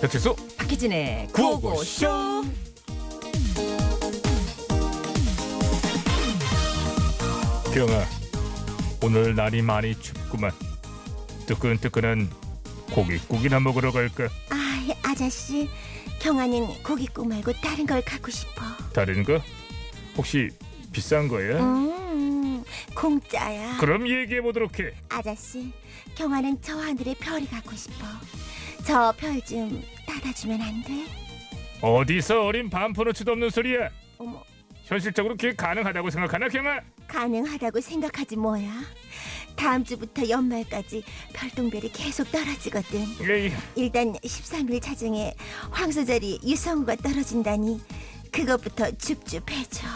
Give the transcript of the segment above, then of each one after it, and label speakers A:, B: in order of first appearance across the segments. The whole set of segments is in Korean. A: 배칠수
B: 박희진의
A: 구호고쇼.
B: 구호고쇼.
A: 경아 오늘 날이 많이 춥구만 뜨끈뜨끈한 고깃국이나 먹으러 갈까
C: 아, 아저씨, 경아는 고깃국 말고 다른 걸 갖고 싶어.
A: 다른 거 혹시 비싼 거야?
C: 음, 공짜야.
A: 그럼 얘기해 보도록 해
C: 아저씨, 경아는 저 하늘의 별이 갖고 싶어. 저 별 좀 따다주면 안 돼?
A: 어디서 어린 반포너치도 없는 소리야
C: 어머,
A: 현실적으로 그게 가능하다고 생각하나 경아
C: 가능하다고 생각하지 뭐야. 다음 주부터 연말까지 별똥별이 계속 떨어지거든.
A: 에이,
C: 일단 13일 자정에 황소자리 유성우가 떨어진다니 그것부터 줍줍해줘.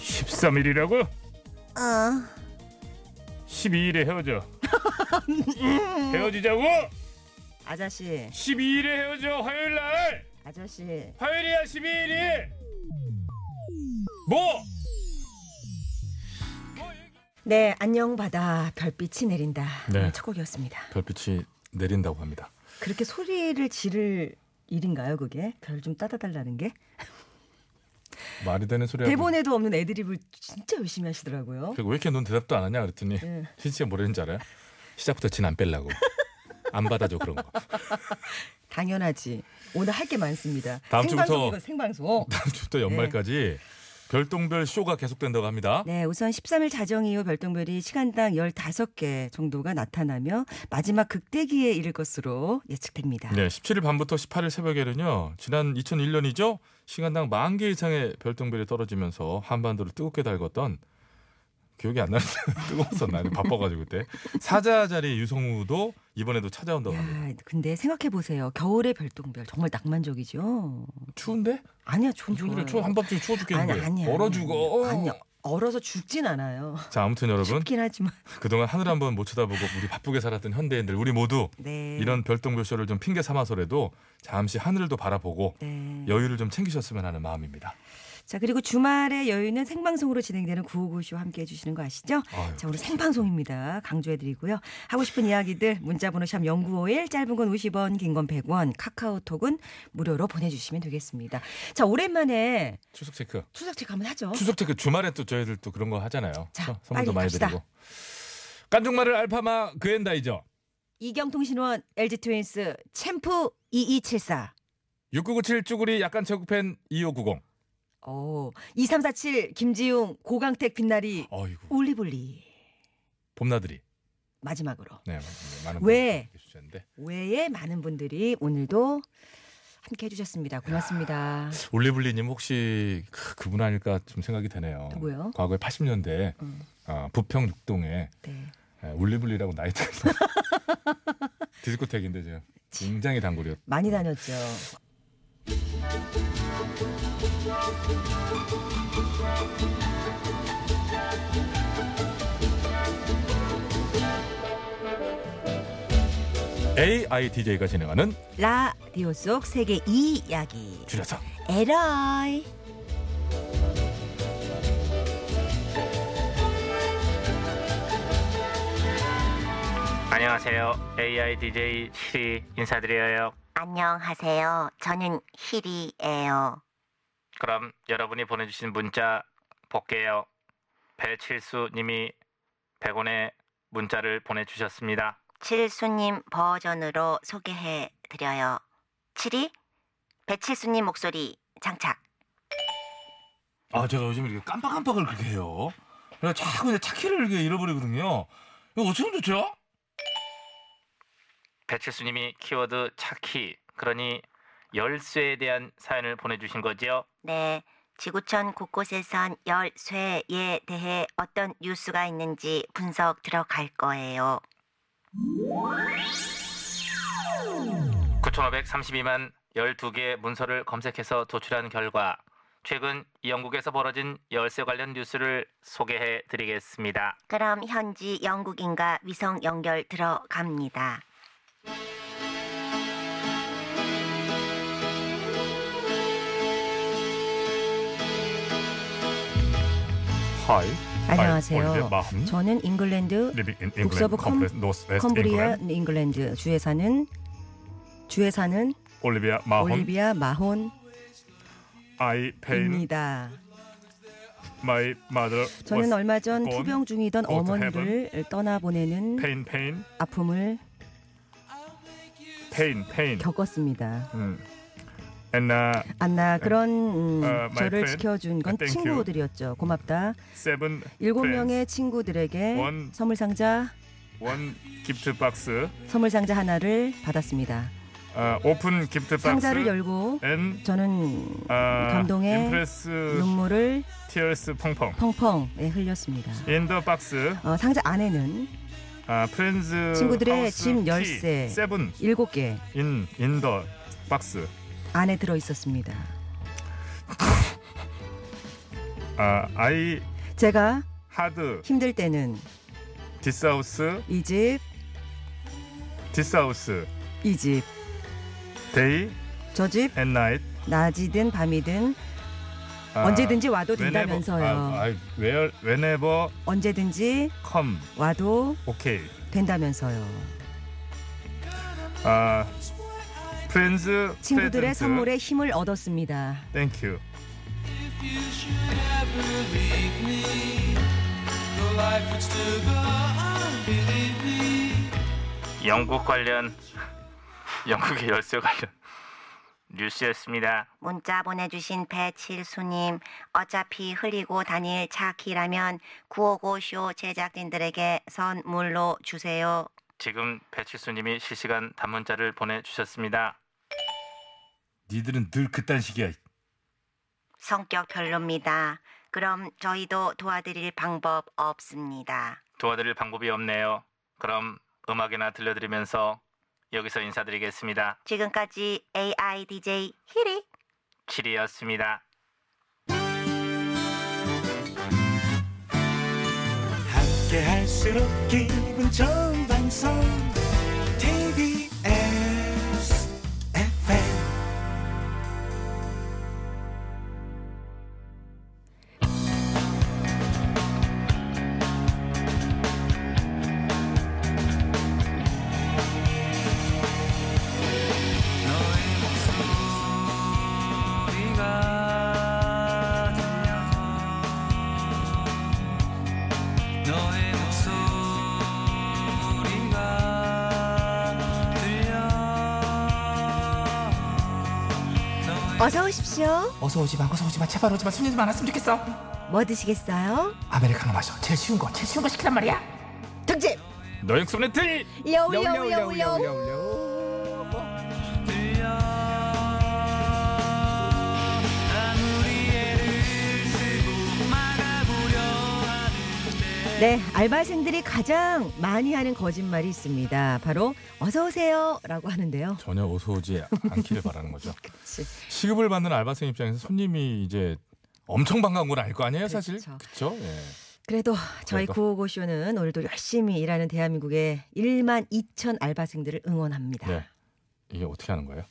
A: 13일이라고?
C: 어.
A: 12일에 헤어져 헤어지자고
B: 아저씨,
A: 12일에 헤어져 화요일 날
B: 아저씨.
A: 화요일이야 12일이 뭐?
B: 네, 안녕 바다 별빛이 내린다.
D: 네.
B: 첫 곡이었습니다.
D: 별빛이 내린다고 합니다.
B: 그렇게 소리를 지를 일인가요, 그게? 별 좀 따다달라는 게?
D: 말이 되는 소리야.
B: 대본에도 없는 애드립을 진짜 열심히 하시더라고요.
D: 네, 뭐. 그리고 왜 이렇게 넌 대답도 안 하냐 그랬더니
B: 예.
D: 진짜 뭐라는지 알아요? 시작부터 진 안 뺄라고. 안 받아줘 그런 거.
B: 당연하지. 오늘 할 게 많습니다.
D: 다음 주부터-
B: 생방송이건 생방송.
D: 다음 주부터 연말까지 별똥별 쇼가 계속된다고 합니다.
B: 네, 우선 13일 자정 이후 별똥별이 시간당 15개 정도가 나타나며 마지막 극대기에 이를 것으로 예측됩니다.
D: 네, 17일 밤부터 18일 새벽에는요. 지난 2001년이죠. 시간당 만 개 이상의 별똥별이 떨어지면서 한반도를 뜨겁게 달궜던 기억이 안 나는데 뜨거웠었나 바빠가지고 그때 사자 자리 유성우도 이번에도 찾아온다고 합니다.
B: 야, 근데 생각해 보세요. 겨울의 별똥별 정말 낭만적이죠.
D: 추운데?
B: 아니야, 좀
D: 요즘에
B: 좋아요.
D: 추워 한밤중에 추워
B: 아니
D: 죽겠는데
B: 아니야.
D: 얼어 죽어.
B: 아니야. 얼어서 죽진 않아요.
D: 자 아무튼 여러분
B: 춥긴 하지만.
D: 그동안 하늘 한번 못 쳐다보고 우리 바쁘게 살았던 현대인들 우리 모두
B: 네.
D: 이런 별똥별쇼를 좀 핑계 삼아서라도 잠시 하늘을 도 바라보고
B: 네.
D: 여유를 좀 챙기셨으면 하는 마음입니다.
B: 자 그리고 주말에 여유는 생방송으로 진행되는 구호고쇼 함께 해주시는 거 아시죠?
D: 아유,
B: 자 오늘 생방송입니다. 강조해드리고요. 하고 싶은 이야기들 문자번호 샵 0951, 짧은 건 50원, 긴 건 100원, 카카오톡은 무료로 보내주시면 되겠습니다. 자 오랜만에
D: 추석 체크.
B: 추석책 한번 하죠.
D: 추석 체크 주말에 또 저희들 또 그런 거 하잖아요.
B: 자,
D: 서- 선물도
B: 빨리
D: 많이
B: 갑시다.
D: 드리고. 깐죽마를 알파마 그엔다이저
B: 이경통신원 LG 트윈스 챔프 2274.
D: 6997 쭈구리 약간 체구팬 2590.
B: 오, 2347 어, 김지용 고강택 빛나리
D: 어이구
B: 올리블리
D: 봄나들이.
B: 마지막으로
D: 네 맞습니다. 많은
B: 왜?
D: 분들이 계셨는데.
B: 외에 많은 분들이 오늘도 함께 해주셨습니다. 고맙습니다.
D: 올리블리님 혹시 그- 그분 아닐까 좀 생각이 되네요.
B: 누구요?
D: 과거에 80년대
B: 음,
D: 아, 부평 육동에
B: 네.
D: 예, 올리블리라고 나이트 디스코텍인데 지금 굉장히 단골이었.
B: 많이 다녔죠.
D: AI DJ가 진행하는
B: 라디오 속 세계 이 이야기.
D: 줄여서
C: 에러이.
E: 안녕하세요. AI DJ 시리 인사드려요.
C: 안녕하세요. 저는 힐이에요.
E: 그럼 여러분이 보내주신 문자 볼게요. 배칠수 님이 100원의 문자를 보내주셨습니다.
C: 칠수님 버전으로 소개해 드려요. 칠이 배칠수님 목소리 장착.
D: 아 제가 요즘 이렇게 깜빡깜빡을 그렇게 해요. 그래 자꾸 이제 차키를 이렇게 잃어버리거든요. 이거 어쩌면 좋죠?
E: 배칠수 님이 키워드 차키 그러니 열쇠에 대한 사연을 보내주신 거지요.
C: 네. 지구촌 곳곳에선 열쇠에 대해 어떤 뉴스가 있는지 분석 들어갈 거예요.
E: 9,532만 12개 문서를 검색해서 도출한 결과 최근 영국에서 벌어진 열쇠 관련 뉴스를 소개해 드리겠습니다.
C: 그럼 현지 영국인과 위성 연결 들어갑니다.
A: 하이
B: 안녕하세요.
A: 마음 네,
B: 저는 잉글랜드
A: 리빙 인
B: 북서부 컴-
A: 노스 웨스트
B: 컴브리아
A: 잉글랜드
B: 잉글랜드 주에 사는 주에 사는
A: 올리비아 마혼
B: 올리비아 마혼입니다.
A: I pain my mother
B: 저는
A: was
B: 얼마 전
A: born,
B: 투병 중이던
A: go to
B: 어머니를 떠나보내는
A: pain pain
B: 아픔을
A: pain pain
B: 겪었습니다.
A: 음. and uh,
B: 안나 그런 음,
A: 어, my
B: 저를
A: friend.
B: 지켜준 건
A: 아, thank you.
B: 친구들이었죠. 고맙다.
A: seven
B: 일곱
A: friends.
B: 명의 친구들에게
A: One.
B: 선물 상자
A: one gift box
B: 선물 상자 하나를 받았습니다.
A: uh, open gift box
B: 상자를 열고
A: and
B: 저는
A: uh,
B: 감동의
A: impress
B: 눈물을
A: tears 펑펑
B: 펑펑 예, 흘렸습니다.
A: in the box
B: 어, 상자 안에는
A: uh, friends
B: 친구들의
A: house
B: 짐
A: key,
B: 열쇠.
A: seven
B: 일곱 개
A: in in the box
B: 안에 들어 있었습니다.
A: uh, I
B: 제가
A: had
B: 힘들 때는
A: this house
B: 이 집,
A: this house
B: 이 집,
A: day
B: 저 집,
A: and night
B: 낮이든 밤이든
A: 아,
B: 언제든지 와도 된다면서요.
D: 아, 아이,
A: where whenever
B: 언제든지
A: come
B: 와도
A: okay
B: 된다면서요.
A: 아 friends
B: 친구들의
A: present.
B: 선물에 힘을 얻었습니다.
A: thank you
E: 영국 관련 영국의 열쇠 관련 뉴스였습니다.
F: 문자 보내주신 배칠수님 어차피 흘리고 다닐 차키라면 구호고쇼 제작진들에게 선물로 주세요.
E: 지금 배칠수님이 실시간 단문자를 보내주셨습니다.
D: 니들은 늘 그딴 식이야.
F: 성격 별로입니다. 그럼 저희도 도와드릴 방법 없습니다.
E: 도와드릴 방법이 없네요. 그럼 음악이나 들려드리면서 여기서 인사드리겠습니다.
F: 지금까지 AI DJ 히리.
E: 7이었습니다.
G: 함께 할수록 기분 좋은 방송 TBS FM
C: 어서 오십시오.
H: 어서 오지 마, 어서 오지 마, 제발 오지 마, 손님 좀 안 왔으면 좋겠어.
C: 뭐 드시겠어요?
H: 아메리카노 마셔, 제일 쉬운 거, 제일 쉬운 거 시키란 말이야.
C: 등집.
A: 너익 손에 들
C: 여우 여우 여우 여우.
B: 네, 알바생들이 가장 많이 하는 거짓말이 있습니다. 바로 어서 오세요라고 하는데요.
D: 전혀 어서 오지 않기를 바라는 거죠.
B: 그치.
D: 시급을 받는 알바생 입장에서 손님이 이제 엄청 반가운 건 알 거 아니에요, 사실.
B: 그렇죠.
D: 그렇죠? 예.
B: 그래도 저희
D: 그래도.
B: 구호고쇼는 오늘도 열심히 일하는 대한민국의 1만 2천 알바생들을 응원합니다.
D: 네. 이게 어떻게 하는 거예요?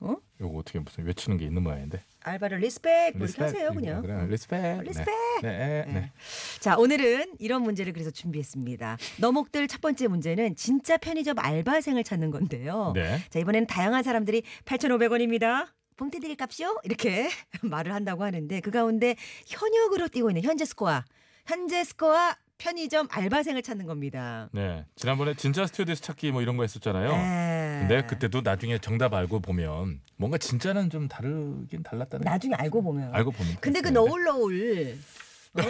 B: 어?
D: 이거 어떻게 무슨 외치는 게 있는 모양인데.
B: 알바를 리스펙 뭐 이렇게
D: 리스펙.
B: 하세요
D: 예,
B: 그냥.
D: 그래요. 리스펙.
B: 리스펙.
D: 네. 네. 네.
B: 네. 자 오늘은 이런 문제를 그래서 준비했습니다. 너목들 첫 번째 문제는 진짜 편의점 알바생을 찾는 건데요.
D: 네.
B: 자 이번에는 다양한 사람들이 8,500원입니다. 봉태 드릴 값이요? 이렇게 말을 한다고 하는데 그 가운데 현역으로 뛰고 있는 현재 스코어, 현재 스코어 편의점 알바생을 찾는 겁니다.
D: 네. 지난번에 진짜 스튜디오에서 찾기 뭐 이런 거 했었잖아요.
B: 네.
D: 근데 그때도 나중에 정답 알고 보면 뭔가 진짜는 좀 다르긴 달랐다는
B: 나중에
D: 거.
B: 알고 보면.
D: 알고 보면
B: 근데 그
D: 그랬어요.
B: 너울 너울 어?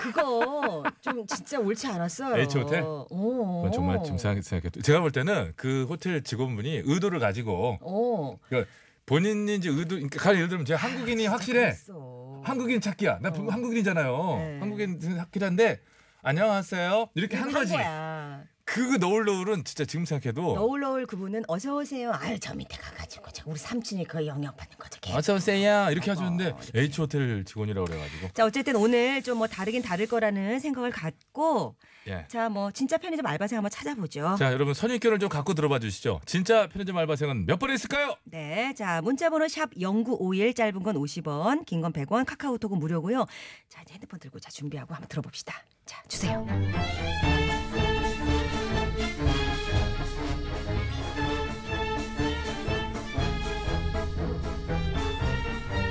B: 그거 좀 진짜 옳지 않았어요.
D: H 호텔?
B: 어.
D: 그건 정말 지금 생각- 생각해도 제가 볼 때는 그 호텔 직원분이 의도를 가지고
B: 어.
D: 그러니까 본인이 이제 의도 그러니까 가령 예를 들면 제가 한국인이 확실해
B: 그랬어.
D: 한국인 찾기야 나
B: 아, 어.
D: 한국인이잖아요
B: 네.
D: 한국인 찾기란데 안녕하세요 이렇게 한
B: 이거
D: 거지
B: 거야.
D: 그 너울 너울은 진짜 지금 생각해도
B: 너울 너울 그분은 어서 오세요. 아유 저 밑에 가가지고 저 우리 삼촌이 그 영역 받는 거죠. 걔.
D: 어서 오세요 이렇게 하셨는데 H 호텔 직원이라고 그래가지고
B: 자 어쨌든 오늘 좀 뭐 다르긴 다를 거라는 생각을 갖고
D: 예.
B: 자 뭐 진짜 편의점 알바생 한번 찾아보죠.
D: 자 여러분 선입견을 좀 갖고 들어봐 주시죠 진짜 편의점 알바생은 몇 번에 있을까요?
B: 네, 자 문자번호 샵 #0951 짧은 건 50원, 긴 건 100원, 카카오톡은 무료고요. 자 이제 핸드폰 들고 자 준비하고 한번 들어봅시다. 자 주세요.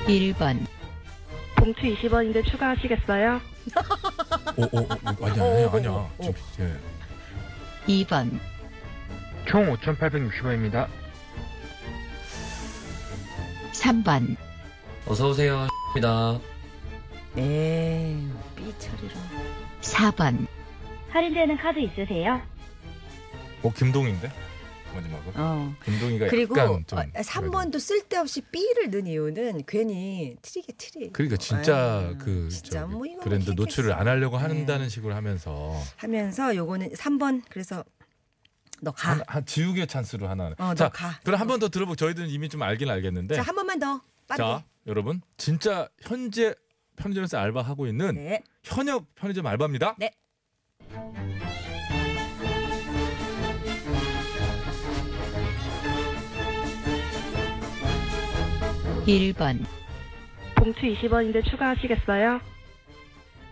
I: 1번,
J: 봉투 20원인데 추가하시겠어요?
D: 오, 오, 오, 어, 아니야,
B: 어,
D: 아니야, 아니야. 지금, 예.
I: 2번,
K: 총 5,860원입니다.
I: 3번,
L: 어서 오세요. 입니다.
B: 네, 삐처리로.
I: 4번,
J: 할인되는 카드 있으세요?
D: 어, 김동인데? 마지막은.
B: 어.
D: 김동희가
B: 그리고
D: 네,
B: 어,
D: 약간 좀.
B: 3번도 쓸데없이 B를 넣은 이유는 괜히 트리게 트리.
D: 그러니까 진짜
B: 에이,
D: 그
B: 아, 진짜
D: 저기
B: 뭐 네. 이거
D: 브랜드
B: 어떻게
D: 노출을
B: 했어.
D: 안 하려고 한다는 식으로 하면서
B: 하면서 요거는 3번 그래서 너 가.
D: 한, 한 지우개 찬스로 하나.
B: 어, 너
D: 자,
B: 가.
D: 그럼 한 번 더 들어보고 저희들은 이미 좀 알긴 알겠는데.
B: 자, 한 번만 더. 빠르게.
D: 네. 자, 여러분 진짜 현재 편의점에서 알바하고 있는
B: 네.
D: 현역 편의점 알바입니다.
B: 네.
I: 일번
J: 봉투 20원인데 추가하시겠어요?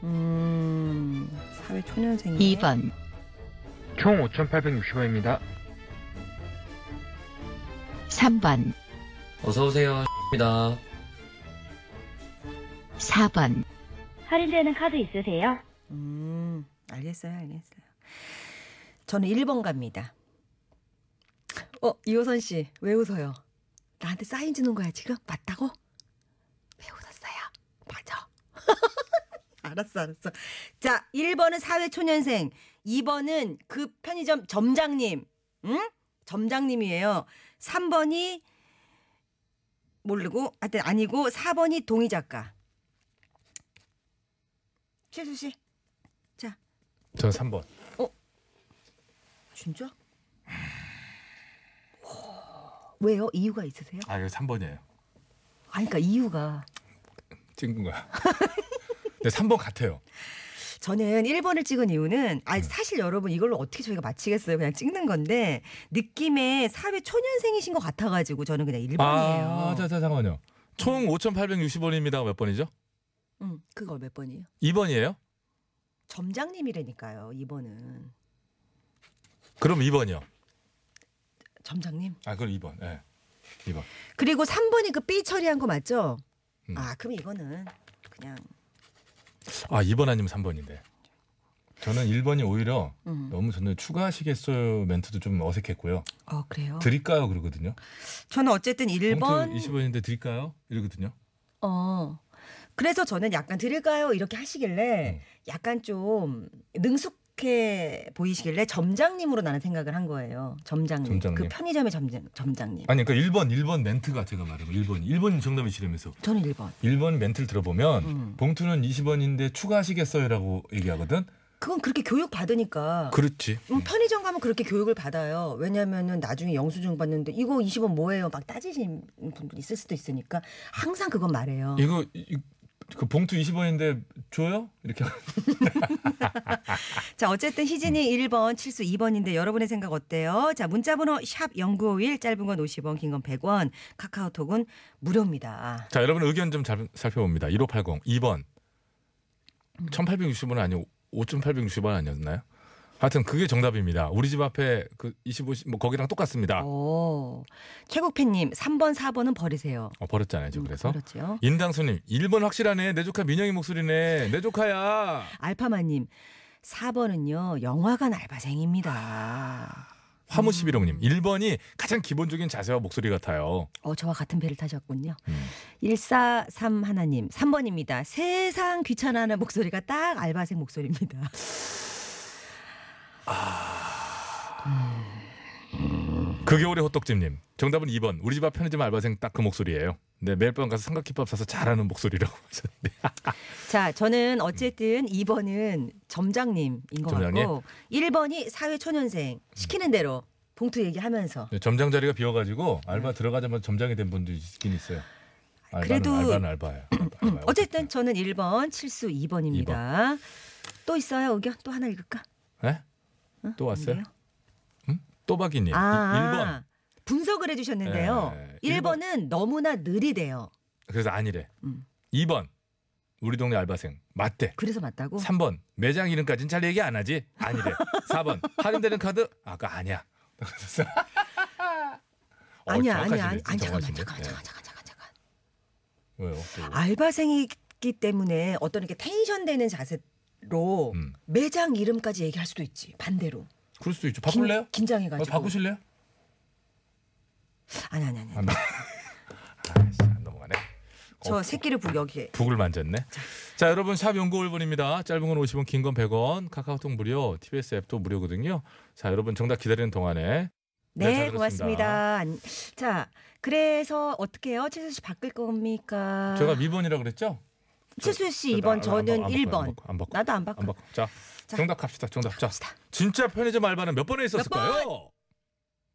B: 음. 사회 초년생이.
I: 2번,
K: 총 5,860원입니다.
I: 3번,
L: 어서 오세요. 입니다.
I: 4번,
J: 할인되는 카드 있으세요?
B: 음. 알겠어요. 알겠어요. 저는 1번 갑니다. 어, 이호선 씨. 왜 웃어요? 나한테 사인 주는 거야, 지금? 맞다고? 왜 웃었어요? 맞아. 알았어, 알았어. 자, 1번은 사회초년생, 2번은 그 편의점 점장님, 응? 점장님이에요. 3번이 모르고, 하여튼 아니고, 4번이 동희 작가. 최수 씨,
D: 저는 3번.
B: 진짜? 왜요? 이유가 있으세요?
D: 아, 이거 3번이에요.
B: 아니, 그러니까 이유가.
D: 찍은 거야. 네, 3번 같아요.
B: 저는 1번을 찍은 이유는 아 사실 여러분 이걸로 어떻게 저희가 마치겠어요. 그냥 찍는 건데 느낌에 사회 초년생이신 것 같아 가지고 저는 그냥 네, 1번이에요.
D: 아, 자, 자, 잠깐만요. 총 5,860원입니다. 몇 번이죠?
B: 음, 그걸 몇 번이에요?
D: 2번이에요?
B: 점장님이라니까요. 2번은.
D: 그럼 2번이요.
B: 점장님.
D: 아, 그럼 2번. 예. 2번.
B: 그리고 3번이 그 B 처리한 거 맞죠?
D: 음.
B: 아, 그럼 이거는 그냥
D: 아, 2번 아니면 3번인데. 저는 1번이 오히려
B: 음.
D: 너무 저는 추가하시겠어요 멘트도 좀 어색했고요.
B: 어, 그래요.
D: 드릴까요 그러거든요.
B: 저는 어쨌든 1번
D: 20원인데 드릴까요? 이러거든요.
B: 어. 그래서 저는 약간 드릴까요? 이렇게
D: 음.
B: 하시길래 약간 좀 능숙해 보이시길래 점장님으로 나는 생각을 한 거예요. 점장님.
D: 점장님.
B: 그 편의점의 점장, 점장님.
D: 아니 그러니까 1번 1번 멘트가 제가 말하면 1번 1번 정답이 싫으면서
B: 저는 1번.
D: 1번 멘트를 들어보면
B: 음.
D: 봉투는 20원인데 추가하시겠어요라고 얘기하거든.
B: 그건 그렇게 교육 받으니까.
D: 그렇지.
B: 음, 편의점 가면 그렇게 교육을 받아요. 왜냐면은 나중에 영수증 받는데 이거 20원 뭐예요? 막 따지신 분들 있을 수도 있으니까 항상 그건 말해요.
D: 이거 이- 그 봉투 20원인데 줘요? 이렇게
B: 자, 어쨌든
D: 음.
B: 희진이 1번, 칠수 2번인데 여러분의 생각 어때요? 자, 문자번호 샵 0951, 짧은 건 50원, 긴 건 100원, 카카오톡은 무료입니다.
D: 자, 여러분 의견 좀 잘- 살펴봅니다. 1580 2번. 1860원 아니고 5860원 아니었나요? 하여튼 그게 정답입니다. 우리 집 앞에 그 25시 뭐 거기랑 똑같습니다.
B: 오, 최국팬님, 3번, 4번은 버리세요.
D: 어, 버렸잖아요, 지금 그래서.
B: 그렇죠.
D: 인당수님 1번 확실하네. 내 조카 민영이 목소리네. 내 조카야.
B: 알파마님, 4번은요, 영화관 알바생입니다.
D: 화무 11호님 1번이 가장 기본적인 자세와 목소리 같아요.
B: 어, 저와 같은 배를 타셨군요.
D: 음.
B: 143 하나님, 3번입니다. 세상 귀찮아하는 목소리가 딱 알바생 목소리입니다.
D: 그 겨울의 호떡집님 정답은 2번. 우리 집 앞 편의점 알바생 딱 그 목소리예요. 네 매일 밤 가서 삼각김밥 사서 잘하는 목소리라고 하셨는데
B: 자, 저는 어쨌든 2번은 점장님인 것
D: 음. 점장님? 음.
B: 같고 1번이 사회초년생 시키는 대로 봉투 얘기하면서
D: 네, 점장 자리가 비어가지고 알바 들어가자마자 점장이 된 분도 있긴 있어요. 알바는
B: 그래도- 음,
D: 알바는 알바예요. 알바, 알바예요.
B: 어쨌든 저는 1번 칠수 2번입니다. 또 있어요 의견 또 하나 읽을까?
D: 네? 또 왔어요? 예,
B: 뭔데요?
D: 응? 또박이님
B: 음. 아,
D: 1번.
B: 분석을 해주셨는데요.
D: 네, 일
B: 1번은 너무나 느리대요.
D: 그래서 아니래.
B: 음.
D: 2번 우리 동네 알바생 맞대.
B: 그래서 맞다고?
D: 3번 매장 이름까진 잘 얘기 안 하지 아니래. 4번 할인되는 카드 아까 아니야.
B: 아니야
D: 어,
B: 아니야
D: 정확하시네,
B: 아니, 아니
D: 진짜
B: 잠깐만
D: 정확하시네.
B: 잠깐만 아,
D: 네.
B: 잠깐 잠깐 잠깐 잠깐.
D: 왜요? 또.
B: 알바생이기 때문에 어떤 이렇게 텐션 되는 자세로
D: 음.
B: 매장 이름까지 얘기할 수도 있지. 반대로.
D: 그럴 수도 있죠. 바꿀래요?
B: 긴, 장해 가지고.
D: 어, 바꾸실래요?
B: 아니 아니 아니.
D: 안 나- 아이씨, 안 넘어가네.
B: 저
D: 어,
B: 새끼를 부 여기에.
D: 북을 만졌네. 자, 여러분 샵 연구 1번입니다. 짧은 건 50원, 긴 건 100원. 카카오톡 무료, TBS 앱도 무료거든요. 자, 여러분 정답 기다리는 동안에
B: 네,
D: 잘 들었습니다.
B: 고맙습니다. 안- 자, 그래서 어떻게 해요? 최수 씨 바뀔 겁니까?
D: 제가 미번이라 그랬죠?
B: 최수 씨
D: 저-
B: 아. 2번,
D: 저- 안
B: 저는
D: 바꿔, 안 바꿔, 안
B: 1번.
D: 바꿔, 안 바꿔.
B: 나도 안 바꿔.
D: 안 바꿔. 자, 정답 갑시다. 정답. 자, 진짜 편의점 알바는 몇 번에 있었을까요?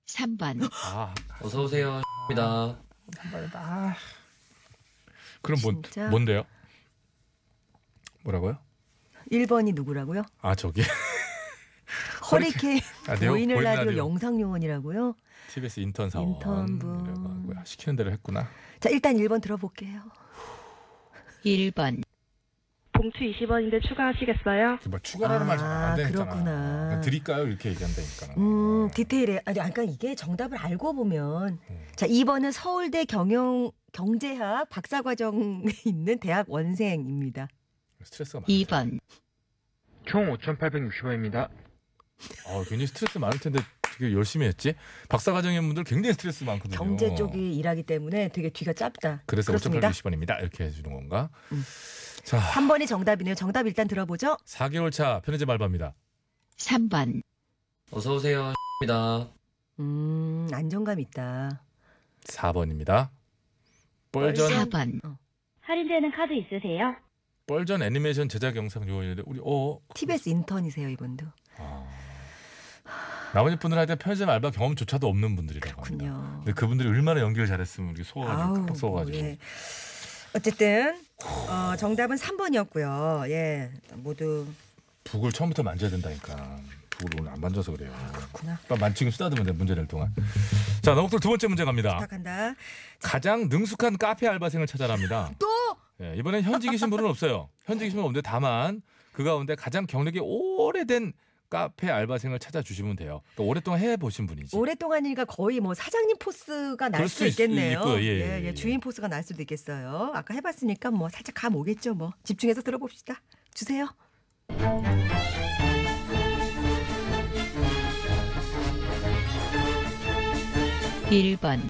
I: 3번,
D: 아,
L: 어서 오세요. 입니다.
D: 그럼 뭔
B: 진짜?
D: 뭔데요? 뭐라고요?
B: 1번이 누구라고요?
D: 아, 저기
B: 허리케인
D: 아, 네요?
B: 보이는
D: 보이는
B: 라디오
D: 라디오.
B: 영상 요원이라고요?
D: TBS 인턴 사원.
B: 인턴분.
D: 뭐야, 시키는 대로 했구나.
B: 자, 일단 1번 들어볼게요.
I: 1번,
J: 봉투 20원인데 추가하시겠어요?
D: 뭐 추가라는 말 잘 안 되잖아.
B: 그렇구나.
D: 드릴까요? 이렇게 얘기한다니까.
B: 음, 디테일에 아니 그러니까 이게 정답을 알고 보면 자, 2번은 서울대 경영 경제학 박사 과정에 있는 대학 원생입니다.
D: 스트레스가
I: 2번,
K: 총 5,860원입니다.
D: 아, 굉장히 스트레스 많을 텐데 되게 열심히 했지. 박사 과정인 분들 굉장히 스트레스 많거든요.
B: 경제 쪽이 일하기 때문에 되게 뒤가 짧다.
D: 그래서
B: 그렇습니다.
D: 5,860원입니다. 이렇게 해주는 건가?
B: 음.
D: 자,
B: 3번이 정답이네요. 정답 일단 들어보죠.
D: 4개월 차 편의점 알바입니다.
I: 3번,
L: 어서 오세요. 입니다.
B: 음, 안정감 있다.
D: 4번입니다. 뻘전
I: 4번,
J: 할인되는 카드 있으세요?
D: 뻘전 애니메이션 제작 영상 요원인데 우리 어 아.
B: TBS 인턴이세요, 이분도.
D: 나머지 분들 하여튼 편의점 알바 경험조차도 없는 분들이라고 합니다.
B: 군요.
D: 근데 그분들이 얼마나 연기를 잘했으면 이렇게
B: 아우,
D: 소화가지고 팍팍 소화가지고
B: 예. 어쨌든 어, 정답은 3번이었고요. 예. 모두
D: 북을 처음부터 만져야 된다니까. 북을 오늘 안 만져서 그래요.
B: 아, 그렇구나.
D: 만 지금 쓰다듬으면 돼 문제 낼 동안. 자, 넘어서 두 번째 문제 갑니다.
B: 부탁한다.
D: 가장 능숙한 카페 알바생을 찾아랍니다.
B: 또
D: 예, 이번엔 현직이신 분은 없어요. 현직이신 분은 없는데 다만 그 가운데 가장 경력이 오래된 카페 알바생을 찾아주시면 돼요. 그러니까 오랫동안 해보신 분이지.
B: 오랫동안이니까 거의 뭐 사장님 포스가 날
D: 그럴
B: 수도
D: 수 있-
B: 있겠네요.
D: 있고요. 예, 예, 예.
B: 주인 포스가 날 수도 있겠어요. 아까 해봤으니까 뭐 살짝 감 오겠죠. 뭐 집중해서 들어봅시다. 주세요.
I: 일번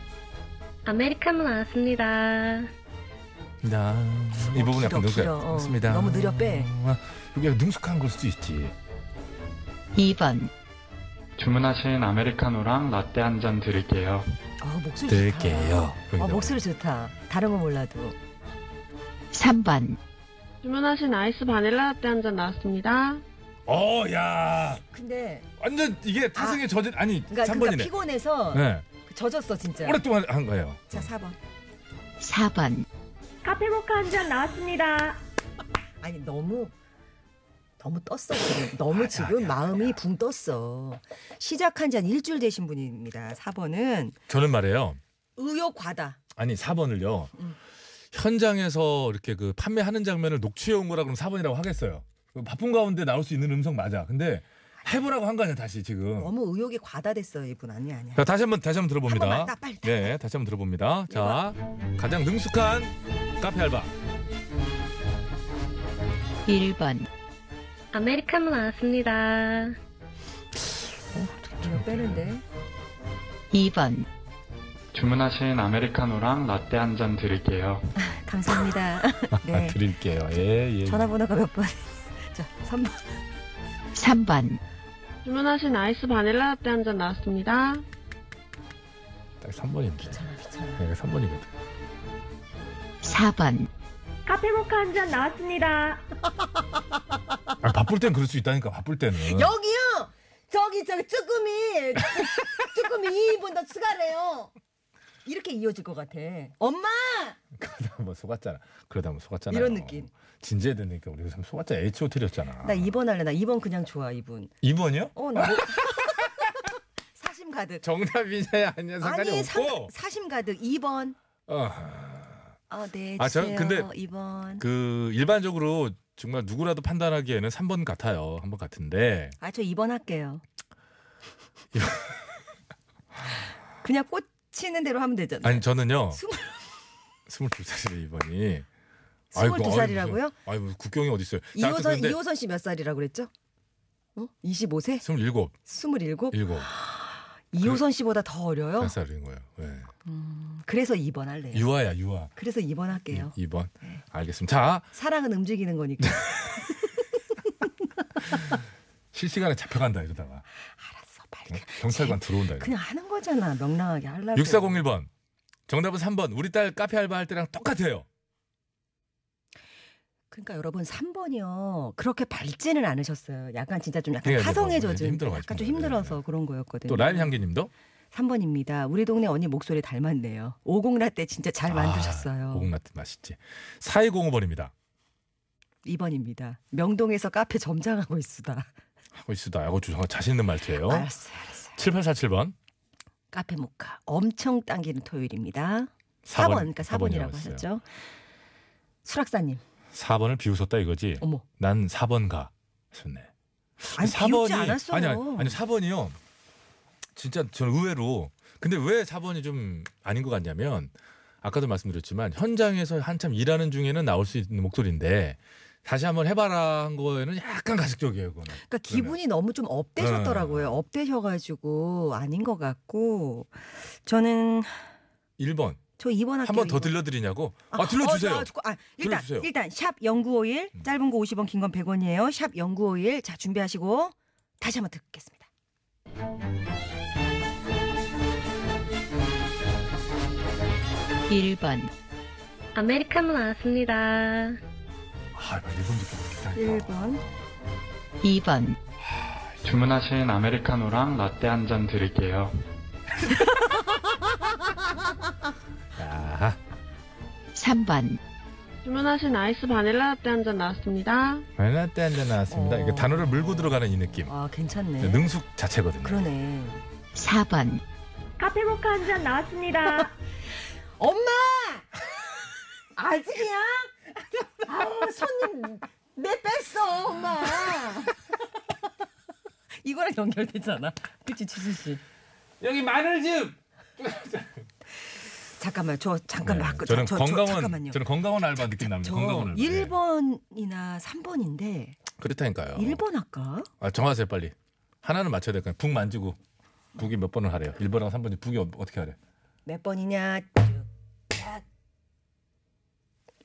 M: 아메리카노 나왔습니다.
D: 나, 네. 이 부분 약간
B: 어, 길어,
D: 능숙해.
B: 길어. 어,
D: 맞습니다.
B: 너무 느려 빼.
D: 아, 이게 능숙한 걸 수도 있지.
I: 2번,
N: 주문하신 아메리카노랑 라떼 한 잔 드릴게요.
B: 아, 목소리
N: 드릴게요.
B: 좋다. 아, 목소리 좋다. 다른 건 몰라도.
I: 3번,
M: 주문하신 아이스 바닐라 라떼 한 잔 나왔습니다.
D: 어, 야.
B: 근데
D: 완전 이게 타성에 젖은 아니
B: 그러니까,
D: 3번이네.
B: 그러니까 피곤해서
D: 네.
B: 그 젖었어 진짜.
D: 오랫동안 한 거예요.
B: 자 4번.
I: 4번,
J: 카페 모카 한 잔 나왔습니다.
B: 아니 너무 너무 떴어 지금. 너무 지금 마음이 붕 떴어. 시작한 지 한 일주일 되신 분입니다. 4번은
D: 저는 말이에요.
B: 의욕 과다.
D: 아니 4번을요.
B: 음.
D: 현장에서 이렇게 그 판매하는 장면을 녹취해 온 거라 그럼 4번이라고 하겠어요. 그 바쁜 가운데 나올 수 있는 음성 맞아. 근데 해보라고 한 거 아니야 다시 지금.
B: 너무 의욕이 과다됐어요 이분 아니 아니야.
D: 자, 다시 한번 다시 한번 들어봅니다.
B: 한 번만 더, 빨리,
D: 네, 다시 한번 들어봅니다. 자, 가장 능숙한 카페 알바. 아,
I: 1번,
M: 아메리카노 나왔습니다.
B: 이거 빼는데.
I: 2번,
N: 주문하신 아메리카노랑 라떼 한 잔 드릴게요.
B: 감사합니다.
D: 아,
B: 네.
D: 드릴게요. 예, 예.
B: 전화번호가 몇 번? 자 3번.
I: 3번,
M: 주문하신 아이스 바닐라 라떼 한 잔 나왔습니다.
D: 딱 3번인데.
B: 귀찮아, 귀찮아.
D: 네, 3번이거든.
I: 4번,
J: 카페 모카 한 잔 나왔습니다.
D: 아, 바쁠 땐 그럴 수 있다니까. 바쁠 때는.
B: 여기요. 저기 저기 쭈꾸미 쭈꾸미 2인분 더 추가래요. 이렇게 이어질 것 같아. 엄마
D: 그러다 한번 속았잖아. 그러다 한번 속았잖아.
B: 이런 느낌.
D: 진지해야 되니까 우리 참 속았잖아. H.O.T.였잖아.
B: 나 2번 할래. 나 2번 그냥 좋아 이분.
D: 2번이요?
B: 어, 나 뭐... 사심 가득.
D: 정답이냐 아니냐 상관이
B: 아니, 상-
D: 없고.
B: 사심 가득 2번.
D: 어,
B: 어, 네.
D: 아,
B: 주세요.
D: 저는 근데
B: 2번.
D: 그 일반적으로 정말 누구라도 판단하기에는 3번 같아요. 한번 같은데.
B: 아, 저 2번 할게요. 그냥 꽂히는 대로 하면 되잖아요.
D: 아니 저는요. 22살이래 이번이.
B: 22살이라고요?
D: 아이 뭐 국경이 어디 있어요? 자, 아무튼
B: 이호선
D: 근데
B: 이호선 씨 몇 살이라고 그랬죠? 어? 25세?
D: 27,
B: 27?
D: 7. 그
B: 이호선 씨보다 더 어려요?
D: 몇 살인 거예요? 네.
B: 그래서 2번 할래요.
D: 유아야 유아.
B: 그래서 2번 할게요. 네.
D: 2번. 알겠습니다. 자
B: 사랑은 움직이는 거니까.
D: 네. 실시간에 잡혀간다
B: 아,
D: 이러다가. 알았어
B: 그
D: 빨리. 경찰관 들어온다 이러.
B: 그냥 하는 거잖아. 네. 명랑하게 하려고.
D: 6401번. 정답은 3번. 우리 딸 카페 알바할 때랑 똑같아요.
B: 그러니까 여러분 3번이요. 그렇게 밝지는 않으셨어요. 약간 진짜 좀 약간
D: 그래요,
B: 파송해져진
D: 네, 힘들어가지고.
B: 약간 좀 힘들어서 그런 거였거든요.
D: 또 라임 향기님도
B: 3번입니다. 우리 동네 언니 목소리 닮았네요. 50라떼 진짜 잘 만드셨어요.
D: 아, 오공라떼 맛있지. 4205번입니다.
B: 2번입니다. 명동에서 카페 점장하고 있으다.
D: 하고 있으다. 하고 주성 자신 있는 말투예요.
B: 아, 알았어요, 알았어요.
D: 7847번.
B: 카페 모카. 엄청 당기는 토요일입니다.
D: 사
B: 4번,
D: 번,
B: 그러니까
D: 사 번이라고
B: 4번이라고 하셨죠. 수락사님.
D: 4번을 비웃었다 이거지.
B: 어머.
D: 난 4번 가. 하셨네.
B: 아니,
D: 사
B: 비웃지
D: 번이-
B: 않았어요.
D: 아니 아니, 아니 4번이요. 진짜 저는 의외로 근데 왜 4번이 좀 아닌 것 같냐면 아까도 말씀드렸지만 현장에서 한참 일하는 중에는 나올 수 있는 목소리인데 다시 한번 해봐라 한 거에는 약간 가식적이에요. 그거는.
B: 그러니까 기분이 너무 좀 업되셨더라고요.
D: 네.
B: 업되셔가지고 아닌 것 같고 저는
D: 1번
B: 저 2번 할게요.
D: 한 번 더
B: 이번.
D: 들려드리냐고. 아,
B: 어,
D: 들려주세요.
B: 저, 아, 일단
D: 들려주세요.
B: 일단 샵 0951 짧은 거 50원 긴 건 100원이에요. 샵 0951. 자, 준비하시고 다시 한번 듣겠습니다.
I: 일번
J: 아메리카노 나왔습니다.
N: 아, 일본 듣기 좋겠다.
B: 1번.
I: 2번
N: 주문하신 아메리카노랑 라떼 한 잔 드릴게요.
D: 아,
I: 3번
M: 주문하신 아이스 바닐라 라떼 한 잔 나왔습니다.
D: 라떼 한잔 나왔습니다. 이게 단어를 물고 들어가는 이 느낌.
B: 아, 괜찮네.
D: 능숙 자체거든요.
B: 그러네.
I: 4번
J: 카페 모카 한 잔 나왔습니다.
B: 엄마! 아직이야? 아우, 손님 내 뺐어, 엄마. 이거랑 연결되잖아. 그치, 지수 씨.
D: 여기 마늘즙.
B: 잠깐만, 저 잠깐 만
D: 네, 저는
B: 아, 그, 저, 저,
D: 건강원
B: 잠깐만요.
D: 저는 건강원 알바 느낌 납니다.
B: 저
D: 건강원 알바. 네.
B: 1번이나 3번인데
D: 그렇다니까요.
B: 1번 할까?
D: 아, 정하세요 빨리. 하나는 맞춰야 될까요? 북 만지고 북이 몇 번을 하래요? 1번하고 3번이 북이 어, 어떻게 하래?
B: 몇 번이냐?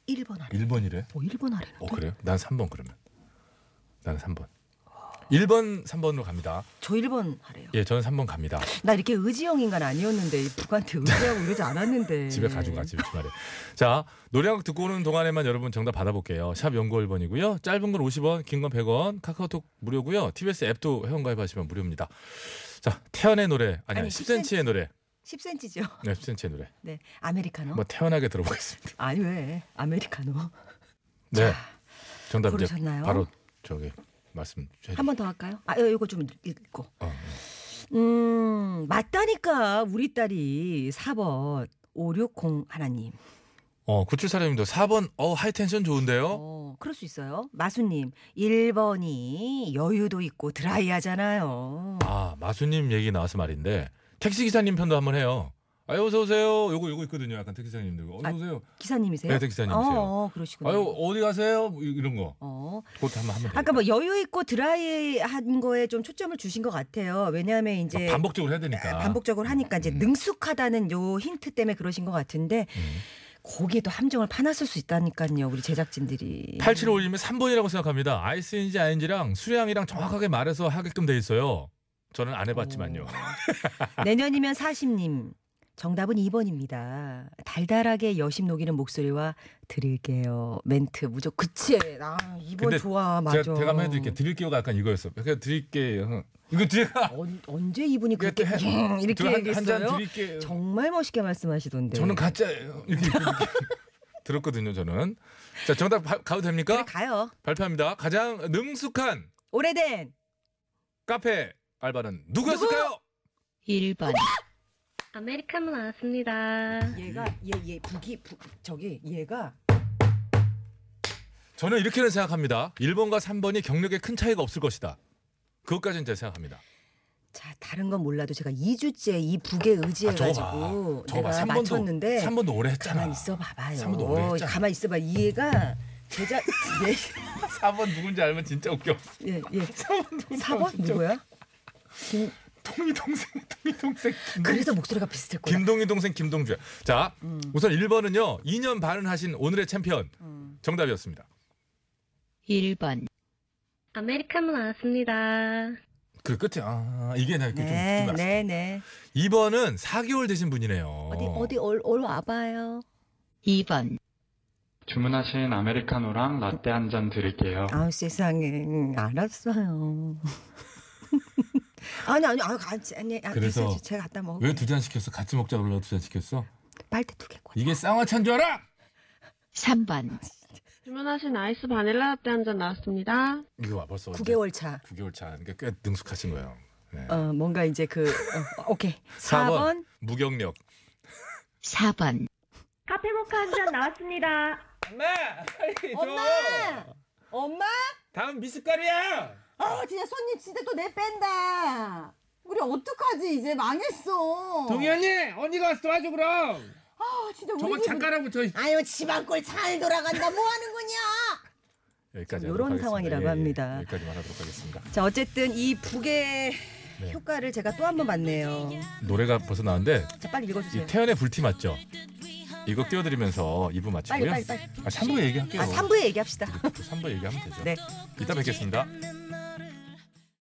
B: 1번 하래.
D: 1번이래.
B: 뭐 1번 하래.
D: 어 그래요? 난 3번 그러면. 난 3번. 1번 3번으로 갑니다.
B: 저 1번 하래요.
D: 예, 저는 3번 갑니다.
B: 나 이렇게 의지형 인간 아니었는데 북한테 의지하고 이러지 않았는데.
D: 집에 가지고 가 집에 주말에. 자 노래 한 곡 듣고 오는 동안에만 여러분 정답 받아볼게요. 샵 연구 1번이고요. 짧은 건 50원, 긴 건 100원. 카카오톡 무료고요. TBS 앱도 회원가입하시면 무료입니다. 자 태연의 노래
B: 아니,
D: 아니, 아니 10cm의 노래.
B: 10cm죠.
D: 네, 10cm의 노래.
B: 네. 아메리카노.
D: 한번 태연하게 들어보겠습니다.
B: 아니 왜? 아메리카노.
D: 네. 정답 이제
B: 고르셨나요?
D: 바로 저기 말씀 해
B: 한 번 더 할까요? 아, 요- 요거 좀 읽고.
D: 어,
B: 음, 맞다니까 우리 딸이 4번 560 하나님.
D: 어, 97사령님도 4번 어 하이텐션 좋은데요.
B: 어, 그럴 수 있어요. 마수님, 1번이 여유도 있고 드라이하잖아요.
D: 아, 마수님 얘기 나와서 말인데 택시 기사님 편도 한번 해요. 아유 어서 오세요. 요거 요거 있거든요. 약간 택시 기사님들. 어서 오세요.
B: 기사님이세요?
D: 네, 택시사님이세요.
B: 아, 어, 어, 그러시군요.
D: 아유 어디 가세요? 뭐 이- 이런 거.
B: 어.
D: 그것도 한번 하면 돼요.
B: 아까 뭐 여유 있고 드라이한 거에 좀 초점을 주신 것 같아요. 왜냐하면 이제 아,
D: 반복적으로 해야 되니까.
B: 반복적으로 하니까 이제 능숙하다는 요 힌트 때문에 그러신 것 같은데 거기에도 함정을 파놨을 수 있다니까요. 우리 제작진들이.
D: 8751님은 3번이라고 생각합니다. 아이스인지 아닌지랑 수량이랑 정확하게 말해서 하게끔 돼 있어요. 저는 안 해봤지만요.
B: 내년이면 40님. 정답은 2번입니다. 달달하게 여심 녹이는 목소리와 드릴게요. 멘트 무조건 그치. 아, 2번 좋아. 맞아.
D: 제가 대감 해드릴게요. 드릴게요가 약간 이거였어. 그냥 드릴게요. 이거 제가
B: 언제 이분이 그렇게
D: 이렇게
B: 음,
D: 해.
B: 이렇게
D: 저 네, 한- 한잔
B: 얘기했어요?
D: 드릴게요.
B: 정말 네. 멋있게 말씀하시던데.
D: 저는 가짜예요. 이렇게, 이렇게, 이렇게. 들었거든요. 저는. 자 정답 바- 가도 됩니까?
B: 가요.
D: 발표합니다. 가장 능숙한
B: 오래된
D: 카페 알바는 누구였을까요?
I: 1번
J: 아메리카노 나왔습니다.
B: 얘가 얘얘 북이 북 저기 얘가
D: 저는 이렇게는 생각합니다. 1번과 3번이 경력에 큰 차이가 없을 것이다. 그것까지는 제가 생각합니다.
B: 자, 다른 건 몰라도 제가 2주째 이 북에 의지해가지고
D: 아, 저거 봐.
B: 내가
D: 삼 번도-
B: 맞췄는데
D: 삼 번도 오래 했잖아.
B: 가만 있어 봐봐요.
D: 삼 번도 오래 했잖아.
B: 가만 있어봐. 이 얘가 제자 얘
D: 4번 누군지 알면 진짜 웃겨.
B: 예, 예. 4번, 누구야? 김...
D: 통이 동생, 통이 동생.
B: 그래서 목소리가 비슷했구나. 음,
D: 김동희 동생 김동주야. 자, 우선 1번은요. 2년 반을 하신 오늘의 챔피언
B: 음.
D: 정답이었습니다.
I: 1번
J: 아메리카노 나왔습니다.
D: 그 끝이 아 이게 나 이렇게
B: 네,
D: 좀
B: 네, 네.
D: 2번은 4개월 되신 분이네요.
B: 어디 어디 올, 올 와봐요.
I: 2번
G: 주문하신 아메리카노랑 라떼 한 잔 드릴게요.
B: 아우 세상에 음, 알았어요. 아니 아니 아니 아니 아니
D: 그래서
B: 그래서 제가 갖다 먹을
D: 왜 두 잔 시켰어? 같이 먹자 그러고 두잔 시켰어?
B: 빨대 두 개.
D: 이게 쌍화차인 줄 알아?
I: 3번
O: 주문하신 아이스 바닐라 라떼 한 잔 나왔습니다.
D: 이거 와 벌써
B: 9개월 차.
D: 9개월 차. 그러니까 꽤 능숙하신 거예요.
B: 어 뭔가 이제 그 어, 오케이.
D: 네. 4번, 무경력.
I: 4번
J: 카페모카 한 잔 나왔습니다.
A: 엄마!
B: 엄마! 엄마?
A: 다음 미숫가루야!
C: 아 진짜 손님 진짜 또 내 뺀다. 우리 어떡하지 이제 망했어.
A: 동희 언니! 언니가 와서 도와줘 그럼!
C: 아 진짜 우리
A: 저거
C: 집은-
A: 잠깐하고 저...
C: 아유 집안꼴 잘 돌아간다 뭐 하는 거냐.
D: 여기까지
B: 지금 요런
D: 하도록 하겠습니다. 예,
B: 상황이라고 합니다.
D: 여기까지만 하도록 하겠습니다.
B: 자 어쨌든 이 북의
D: 네.
B: 효과를 제가 또 한 번 봤네요.
D: 노래가 벌써 나왔는데
B: 자 빨리 읽어주세요.
D: 이 태연의 불티 맞죠? 이거 띄워드리면서 2부 마치고요.
B: 빨리, 빨리, 빨리.
D: 아, 3부 얘기할게요.
B: 아 3부에 얘기합시다.
D: 3부 얘기하면 되죠.
B: 네.
D: 이따 뵙겠습니다.
P: 아